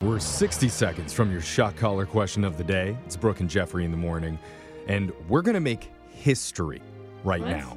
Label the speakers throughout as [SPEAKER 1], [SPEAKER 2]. [SPEAKER 1] We're 60 seconds from your shot collar question of the day. It's Brooke and Jeffrey in the morning, and we're going to make history right
[SPEAKER 2] What?
[SPEAKER 1] now.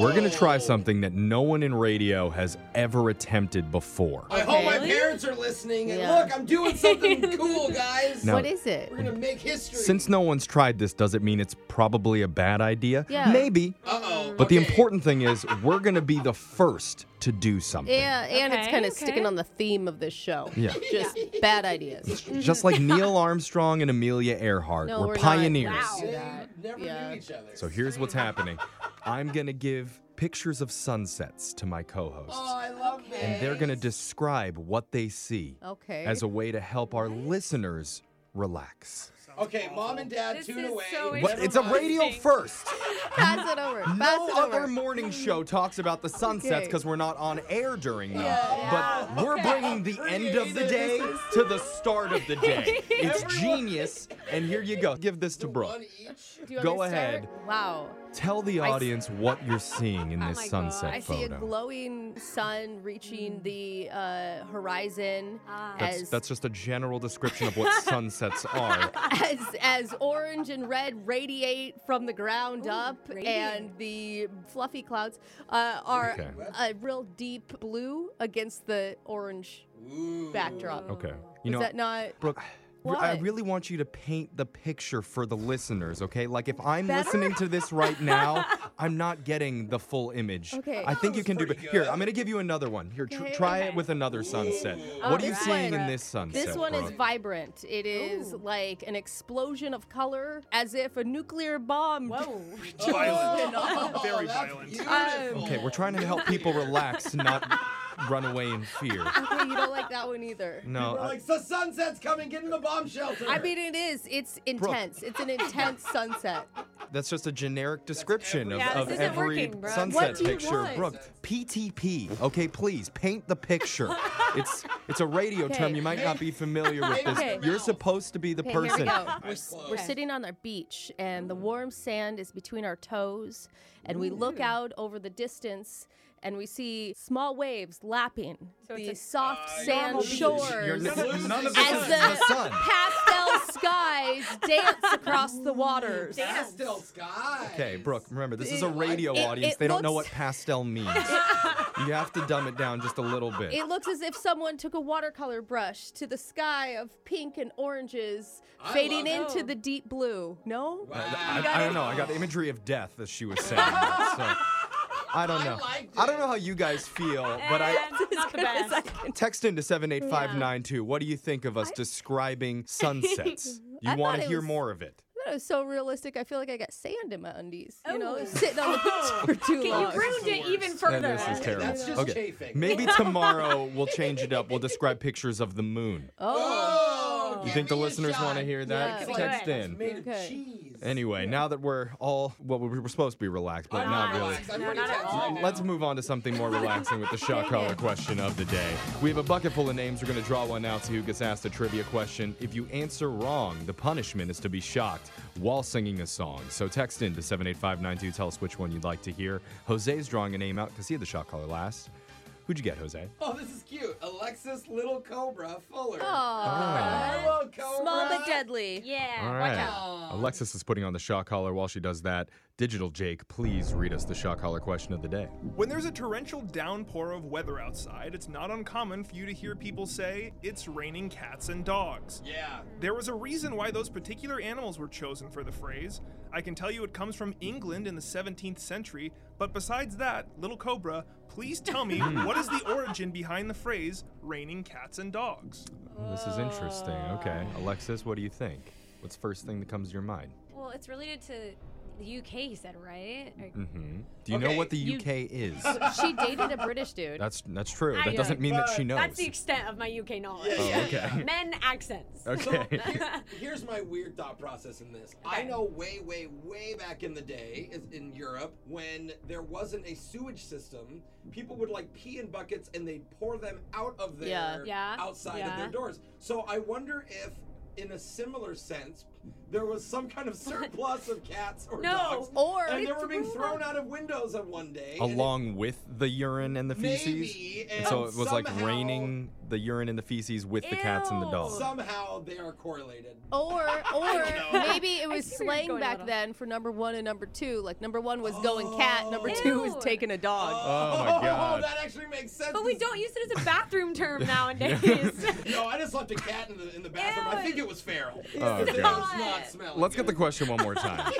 [SPEAKER 1] We're going to try something that no one in radio has ever attempted before.
[SPEAKER 3] I hope my
[SPEAKER 2] Really?
[SPEAKER 3] parents are listening. And
[SPEAKER 2] Yeah.
[SPEAKER 3] look, I'm doing something cool, guys.
[SPEAKER 1] No.
[SPEAKER 4] What is it?
[SPEAKER 3] We're gonna make history.
[SPEAKER 1] Since no one's tried this, does it mean it's probably a bad idea?
[SPEAKER 4] Yeah.
[SPEAKER 1] Maybe.
[SPEAKER 3] Uh-oh.
[SPEAKER 1] But the
[SPEAKER 3] okay.
[SPEAKER 1] important thing is, we're going to be the first to do something.
[SPEAKER 4] Yeah, and it's
[SPEAKER 2] Okay,
[SPEAKER 4] kind of
[SPEAKER 2] okay.
[SPEAKER 4] sticking on the theme of this show.
[SPEAKER 1] Yeah.
[SPEAKER 4] Just bad ideas.
[SPEAKER 1] Just like Neil Armstrong and Amelia Earhart
[SPEAKER 4] No,
[SPEAKER 1] were
[SPEAKER 4] we're not.
[SPEAKER 1] pioneers.
[SPEAKER 4] Wow.
[SPEAKER 3] They
[SPEAKER 4] that.
[SPEAKER 3] never
[SPEAKER 4] Yeah.
[SPEAKER 3] knew each other.
[SPEAKER 1] So here's what's happening I'm going to give pictures of sunsets to my co hosts.
[SPEAKER 3] Oh, I love this.
[SPEAKER 1] and they're going to describe what they see
[SPEAKER 4] Okay.
[SPEAKER 1] as a way to help our listeners relax.
[SPEAKER 3] Okay, mom and dad,
[SPEAKER 2] This
[SPEAKER 3] tune
[SPEAKER 2] is
[SPEAKER 3] away.
[SPEAKER 2] so
[SPEAKER 1] What? It's a
[SPEAKER 2] Interesting.
[SPEAKER 1] radio first.
[SPEAKER 4] Pass it over. Pass
[SPEAKER 1] No
[SPEAKER 4] it
[SPEAKER 1] other
[SPEAKER 4] over.
[SPEAKER 1] morning show talks about the sunsets
[SPEAKER 4] Okay.
[SPEAKER 1] because we're not on air during them.
[SPEAKER 3] Yeah.
[SPEAKER 1] But we're
[SPEAKER 3] Okay.
[SPEAKER 1] bringing the end of the day to the start of the day. It's genius. And here you go. Give this to
[SPEAKER 3] One
[SPEAKER 1] Brooke.
[SPEAKER 3] each.
[SPEAKER 4] Do you want
[SPEAKER 1] Go
[SPEAKER 4] me to start?
[SPEAKER 1] ahead.
[SPEAKER 4] Wow.
[SPEAKER 1] Tell the
[SPEAKER 4] I s- Oh
[SPEAKER 1] audience what you're seeing in this
[SPEAKER 2] my God.
[SPEAKER 1] sunset
[SPEAKER 4] I
[SPEAKER 1] photo.
[SPEAKER 4] see a glowing sun reaching the uh, horizon
[SPEAKER 2] Ah.
[SPEAKER 1] that's,
[SPEAKER 4] as,
[SPEAKER 1] that's just a general description of what sunsets are.
[SPEAKER 4] as as orange and red radiate from the ground
[SPEAKER 2] Ooh,
[SPEAKER 4] up,
[SPEAKER 2] radiate.
[SPEAKER 4] and the fluffy clouds uh, are
[SPEAKER 1] Okay.
[SPEAKER 4] a real deep blue against the orange
[SPEAKER 3] Ooh.
[SPEAKER 4] backdrop.
[SPEAKER 1] Okay. Oh, You
[SPEAKER 4] Is
[SPEAKER 1] know,
[SPEAKER 4] that not?
[SPEAKER 1] Brooke, r- I
[SPEAKER 4] What?
[SPEAKER 1] really want you to paint the picture for the listeners, okay? Like if I'm
[SPEAKER 4] Better?
[SPEAKER 1] listening to this right now, I'm not getting the full image.
[SPEAKER 4] Okay.
[SPEAKER 1] I
[SPEAKER 4] That
[SPEAKER 1] think you
[SPEAKER 3] was
[SPEAKER 1] can do
[SPEAKER 3] pretty
[SPEAKER 1] be- Here,
[SPEAKER 3] good.
[SPEAKER 1] I'm going to give you another one. Here, tr-
[SPEAKER 4] Okay,
[SPEAKER 1] try it
[SPEAKER 2] okay.
[SPEAKER 1] with another sunset.
[SPEAKER 3] Ooh.
[SPEAKER 1] What are
[SPEAKER 4] Oh,
[SPEAKER 1] you
[SPEAKER 4] this
[SPEAKER 1] seeing
[SPEAKER 4] one-
[SPEAKER 1] in this sunset?
[SPEAKER 4] This one is
[SPEAKER 1] Brooke?
[SPEAKER 4] vibrant. It is
[SPEAKER 2] Ooh.
[SPEAKER 4] like an explosion of color, as if a nuclear bomb. Whoa!
[SPEAKER 5] Oh, Violent. Very
[SPEAKER 3] Oh, that's
[SPEAKER 5] violent.
[SPEAKER 3] beautiful.
[SPEAKER 1] Okay, we're trying to help people relax, not run away in fear.
[SPEAKER 4] okay, you don't like that one either.
[SPEAKER 1] No. uh,
[SPEAKER 3] We're
[SPEAKER 1] I-
[SPEAKER 3] like, the sunset's coming. Get in the bomb shelter.
[SPEAKER 4] I mean, it is. It's intense. It's an intense sunset.
[SPEAKER 1] That's just a generic description of,
[SPEAKER 2] Yeah,
[SPEAKER 1] of
[SPEAKER 2] this isn't
[SPEAKER 1] every
[SPEAKER 2] working, bro.
[SPEAKER 1] sunset
[SPEAKER 4] What do you
[SPEAKER 1] picture.
[SPEAKER 4] want?
[SPEAKER 1] Brooke, PTP. Okay, please paint the picture. it's it's a radio
[SPEAKER 4] Okay.
[SPEAKER 1] term. You might not be familiar with this.
[SPEAKER 4] Okay.
[SPEAKER 1] You're supposed to be the
[SPEAKER 4] Okay, here we
[SPEAKER 1] person.
[SPEAKER 4] go. We're,
[SPEAKER 3] Eyes
[SPEAKER 4] s-
[SPEAKER 3] closed.
[SPEAKER 4] we're
[SPEAKER 2] Okay.
[SPEAKER 4] sitting on our beach, and the warm sand is between our toes, and we look out over the distance. And we see small waves lapping
[SPEAKER 2] So it's
[SPEAKER 4] the
[SPEAKER 2] a-
[SPEAKER 4] soft sand
[SPEAKER 2] normal beach. You're
[SPEAKER 4] shores.
[SPEAKER 1] You're n-
[SPEAKER 3] None of
[SPEAKER 1] none of
[SPEAKER 3] this
[SPEAKER 1] this
[SPEAKER 4] as
[SPEAKER 1] is
[SPEAKER 4] the,
[SPEAKER 1] the sun.
[SPEAKER 4] pastel skies dance across the waters.
[SPEAKER 3] Pastel sky.
[SPEAKER 1] Okay, Brooke, remember, this is a
[SPEAKER 4] It-
[SPEAKER 1] radio
[SPEAKER 4] it-
[SPEAKER 1] audience.
[SPEAKER 4] it
[SPEAKER 1] they don't know what
[SPEAKER 4] looks-
[SPEAKER 1] pastel means. you have to dumb it down just a little bit.
[SPEAKER 4] It looks as if someone took a watercolor brush to the sky of pink and oranges,
[SPEAKER 3] I
[SPEAKER 4] fading
[SPEAKER 3] love
[SPEAKER 4] into
[SPEAKER 2] it.
[SPEAKER 4] the deep blue. No?
[SPEAKER 1] I,
[SPEAKER 3] Wow.
[SPEAKER 1] uh, I- I don't know. I got imagery of death, as she was saying. that, so I don't
[SPEAKER 3] I
[SPEAKER 1] know.
[SPEAKER 3] liked
[SPEAKER 1] I don't
[SPEAKER 3] it.
[SPEAKER 1] know how you guys feel, but I.
[SPEAKER 2] not the
[SPEAKER 4] As I
[SPEAKER 2] best.
[SPEAKER 4] can-
[SPEAKER 1] Text into 78592. What do you think of us describing sunsets? You
[SPEAKER 4] I
[SPEAKER 1] want
[SPEAKER 4] thought
[SPEAKER 1] to
[SPEAKER 4] it
[SPEAKER 1] hear
[SPEAKER 4] was-
[SPEAKER 1] more of it.
[SPEAKER 4] that was so realistic. I feel like I got sand in my undies. You know,
[SPEAKER 2] Oh.
[SPEAKER 4] sitting on the beach for too
[SPEAKER 2] Okay,
[SPEAKER 4] long.
[SPEAKER 2] you ruined it even
[SPEAKER 1] Yeah,
[SPEAKER 2] further.
[SPEAKER 1] this is terrible.
[SPEAKER 3] That's just
[SPEAKER 1] okay.
[SPEAKER 3] chafing.
[SPEAKER 1] Maybe tomorrow we'll change it up. We'll describe pictures of the moon.
[SPEAKER 4] oh.
[SPEAKER 3] Oh,
[SPEAKER 1] You
[SPEAKER 3] give
[SPEAKER 1] think the
[SPEAKER 3] me a
[SPEAKER 1] listeners
[SPEAKER 3] shot.
[SPEAKER 1] want to hear that?
[SPEAKER 4] Yeah,
[SPEAKER 2] we
[SPEAKER 1] Text
[SPEAKER 2] could.
[SPEAKER 3] It's
[SPEAKER 1] in.
[SPEAKER 3] made of
[SPEAKER 4] Okay.
[SPEAKER 3] cheese.
[SPEAKER 1] Anyway, now that we're all well, we were supposed to be relaxed, but
[SPEAKER 2] I'm
[SPEAKER 1] not
[SPEAKER 2] not
[SPEAKER 1] really.
[SPEAKER 3] relaxed. I'm
[SPEAKER 2] No,
[SPEAKER 3] pretty
[SPEAKER 2] not at
[SPEAKER 3] tense
[SPEAKER 2] all.
[SPEAKER 3] right now.
[SPEAKER 1] Let's move on to something more relaxing with the shot collar question of the day. We have a bucket full of names. We're going to draw one out to who gets asked a trivia question. If you answer wrong, the punishment is to be shocked while singing a song. So text in to 78592. Tell us which one you'd like to hear. Jose's drawing a name out because he had the shot collar last. Who'd you get, Jose?
[SPEAKER 3] Oh, this is cute. Alexis Little Cobra Fuller.
[SPEAKER 1] Ah.
[SPEAKER 4] Aw.
[SPEAKER 3] Hello, Cobra.
[SPEAKER 4] Small but deadly.
[SPEAKER 2] Yeah.
[SPEAKER 1] All
[SPEAKER 2] Watch out.
[SPEAKER 1] right. Alexis is putting on the shot collar. While she does that, Digital Jake, please read us the shot collar question of the day.
[SPEAKER 5] When there's a torrential downpour of weather outside, it's not uncommon for you to hear people say, It's raining cats and dogs.
[SPEAKER 3] Yeah.
[SPEAKER 5] There was a reason why those particular animals were chosen for the phrase. I can tell you it comes from England in the 17th century, but besides that, little cobra, please tell me what is the origin behind the phrase raining cats and dogs?
[SPEAKER 1] Oh, this is interesting. Okay. Alexis, what do you think? What's first thing that comes to your mind?
[SPEAKER 6] Well, it's related to the UK, he said, right? Or-
[SPEAKER 1] hmm Do you know
[SPEAKER 3] Okay,
[SPEAKER 1] what the
[SPEAKER 6] you-
[SPEAKER 1] UK is?
[SPEAKER 4] She dated a British dude.
[SPEAKER 1] That's that's true. That
[SPEAKER 6] yeah.
[SPEAKER 1] doesn't mean that she knows.
[SPEAKER 6] That's the extent of my UK knowledge.
[SPEAKER 3] Yeah, yeah.
[SPEAKER 1] Oh, okay.
[SPEAKER 6] Men accents.
[SPEAKER 1] Okay.
[SPEAKER 3] Here- here's my weird thought process in this. I know way, way, way back in the day is- in Europe when there wasn't a sewage system, people would like pee in buckets and they'd pour them out of their
[SPEAKER 4] Yeah.
[SPEAKER 6] Yeah.
[SPEAKER 3] outside of their
[SPEAKER 6] Yeah.
[SPEAKER 3] doors. So I wonder if in a similar sense, there was some kind of surplus of cats or
[SPEAKER 6] No.
[SPEAKER 3] dogs.
[SPEAKER 4] Or
[SPEAKER 3] and they
[SPEAKER 4] it's
[SPEAKER 3] were being
[SPEAKER 6] rumored.
[SPEAKER 3] thrown out of windows on one day. and it-
[SPEAKER 1] Along with the urine and the feces?
[SPEAKER 3] Maybe,
[SPEAKER 1] And so
[SPEAKER 3] and
[SPEAKER 1] it was like
[SPEAKER 3] somehow-
[SPEAKER 1] raining the urine and the feces with the cats and the
[SPEAKER 6] Ew.
[SPEAKER 1] dogs.
[SPEAKER 3] somehow they are correlated.
[SPEAKER 4] Or or maybe it was
[SPEAKER 6] see where you're
[SPEAKER 4] slang
[SPEAKER 6] going,
[SPEAKER 4] back
[SPEAKER 6] Autumn.
[SPEAKER 4] then for number one and number two. Like number one was going cat, number two was
[SPEAKER 6] Ew.
[SPEAKER 4] taking a dog.
[SPEAKER 1] Oh my God.
[SPEAKER 3] that actually makes sense.
[SPEAKER 6] But we don't use it as a bathroom term nowadays.
[SPEAKER 3] No, I just left a cat in the in the bathroom. I
[SPEAKER 6] Ew.
[SPEAKER 3] think it was feral.
[SPEAKER 1] Oh,
[SPEAKER 3] It
[SPEAKER 1] God.
[SPEAKER 3] was not smelling.
[SPEAKER 1] Let's get the question one more time.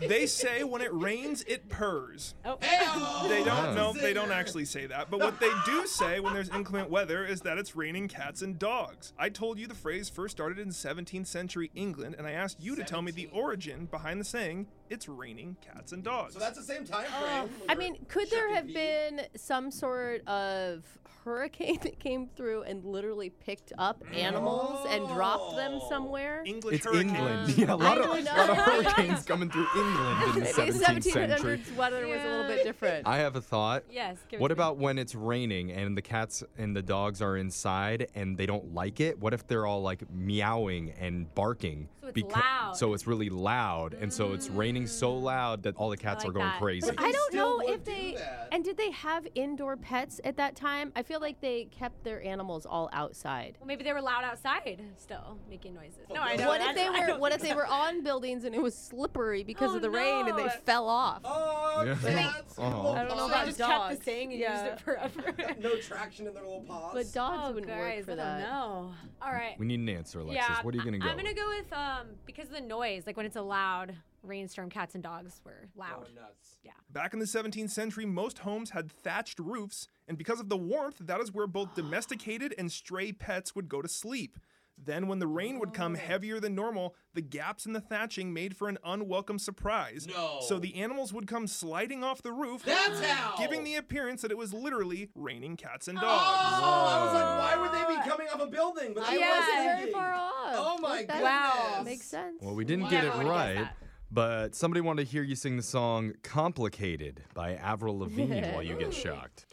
[SPEAKER 5] They say when it rains, it purrs.
[SPEAKER 6] oh.
[SPEAKER 3] Hey,
[SPEAKER 5] They
[SPEAKER 1] Oh.
[SPEAKER 5] don't know. They don't
[SPEAKER 3] Zinger.
[SPEAKER 5] actually say that. But what they do say when there's inclement weather is that it's raining cats and dogs. I told you the phrase first started in 17th century England, and I asked you to tell me the
[SPEAKER 3] 17.
[SPEAKER 5] origin behind the saying "it's raining cats and dogs."
[SPEAKER 3] So that's the same time frame.
[SPEAKER 4] Oh, I mean, could there
[SPEAKER 3] Shucky
[SPEAKER 4] have
[SPEAKER 3] pee.
[SPEAKER 4] been some sort of hurricane that came through and literally picked up animals and dropped them
[SPEAKER 3] Oh.
[SPEAKER 4] somewhere?
[SPEAKER 5] English
[SPEAKER 1] It's
[SPEAKER 5] hurricane.
[SPEAKER 1] England. Yeah, a lot, of,
[SPEAKER 4] I don't know.
[SPEAKER 1] lot of hurricanes coming through England in the
[SPEAKER 4] Maybe
[SPEAKER 1] 17th century.
[SPEAKER 4] 1700s weather was a little bit
[SPEAKER 6] Yeah.
[SPEAKER 4] different.
[SPEAKER 1] I have a thought.
[SPEAKER 6] Yes. Give it
[SPEAKER 1] What
[SPEAKER 6] to me.
[SPEAKER 1] about when it's raining and the cats and the dogs are inside and they don't like it? What if they're all like meowing and barking?
[SPEAKER 6] So it's
[SPEAKER 1] becau-
[SPEAKER 6] loud. Mm.
[SPEAKER 1] So it's really loud, and so it's raining so loud that all the cats
[SPEAKER 6] like
[SPEAKER 1] are going
[SPEAKER 6] that.
[SPEAKER 1] crazy.
[SPEAKER 3] But
[SPEAKER 4] I don't
[SPEAKER 3] still
[SPEAKER 4] know
[SPEAKER 3] would
[SPEAKER 4] if
[SPEAKER 3] do
[SPEAKER 4] they
[SPEAKER 3] that.
[SPEAKER 4] and did they have indoor pets at that time? I feel like they kept their animals all outside.
[SPEAKER 6] Well, maybe they were loud outside, still making noises. No, I
[SPEAKER 3] Well,
[SPEAKER 6] know.
[SPEAKER 4] what if
[SPEAKER 6] that's-
[SPEAKER 4] they
[SPEAKER 6] I
[SPEAKER 4] were
[SPEAKER 6] don't
[SPEAKER 4] what
[SPEAKER 6] think
[SPEAKER 4] if they
[SPEAKER 6] so.
[SPEAKER 4] were on buildings and it was slippery because
[SPEAKER 6] Oh,
[SPEAKER 4] of the rain and they
[SPEAKER 6] no.
[SPEAKER 4] fell off?
[SPEAKER 3] Oh,
[SPEAKER 1] Yeah.
[SPEAKER 3] cats.
[SPEAKER 1] I don't
[SPEAKER 4] I don't know
[SPEAKER 6] So
[SPEAKER 4] about
[SPEAKER 6] they just
[SPEAKER 4] dogs.
[SPEAKER 6] kept the saying and
[SPEAKER 4] Yeah.
[SPEAKER 6] used it forever.
[SPEAKER 3] No traction in their little paws.
[SPEAKER 4] But dogs
[SPEAKER 6] oh,
[SPEAKER 4] wouldn't
[SPEAKER 6] guys,
[SPEAKER 4] work for
[SPEAKER 6] I
[SPEAKER 4] that.
[SPEAKER 6] don't know. All right.
[SPEAKER 1] We need an answer, Alexis. what are you gonna
[SPEAKER 6] I-
[SPEAKER 1] go?
[SPEAKER 6] I'm gonna
[SPEAKER 1] with?
[SPEAKER 6] go with um because of the noise, like when it's a loud rainstorm, cats and dogs were
[SPEAKER 3] Oh,
[SPEAKER 6] loud.
[SPEAKER 3] nuts.
[SPEAKER 5] Back in the 17th century, most homes had thatched roofs, and because of the warmth, that is where both domesticated and stray pets would go to sleep. Then, when the rain would
[SPEAKER 3] Oh.
[SPEAKER 5] come heavier than normal, the gaps in the thatching made for an unwelcome surprise.
[SPEAKER 3] No.
[SPEAKER 5] So the animals would come sliding off the roof,
[SPEAKER 3] That's how.
[SPEAKER 5] giving the appearance that it was literally raining cats and
[SPEAKER 3] Oh,
[SPEAKER 5] dogs.
[SPEAKER 3] I was like, why would they be coming off a building? But
[SPEAKER 4] I
[SPEAKER 3] they were
[SPEAKER 4] wasn't
[SPEAKER 6] Yeah.
[SPEAKER 4] very
[SPEAKER 3] thinking.
[SPEAKER 4] far off.
[SPEAKER 3] Oh my
[SPEAKER 4] That
[SPEAKER 3] Wow.
[SPEAKER 4] Makes sense.
[SPEAKER 1] Well, we didn't get it
[SPEAKER 6] Never would've guessed
[SPEAKER 1] right,
[SPEAKER 6] that.
[SPEAKER 1] but somebody wanted to hear you sing the song "Complicated" by Avril Lavigne while you get shocked.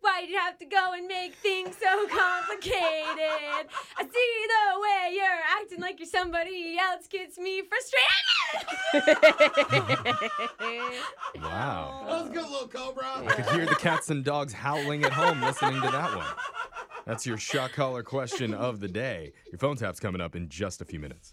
[SPEAKER 6] Why'd you have to go and make things so complicated? I see the way you're acting like you're somebody else gets me frustrated.
[SPEAKER 1] Wow.
[SPEAKER 3] That was good, little cobra.
[SPEAKER 1] I could hear the cats and dogs howling at home listening to that one. That's your shock collar question of the day. Your phone tap's coming up in just a few minutes.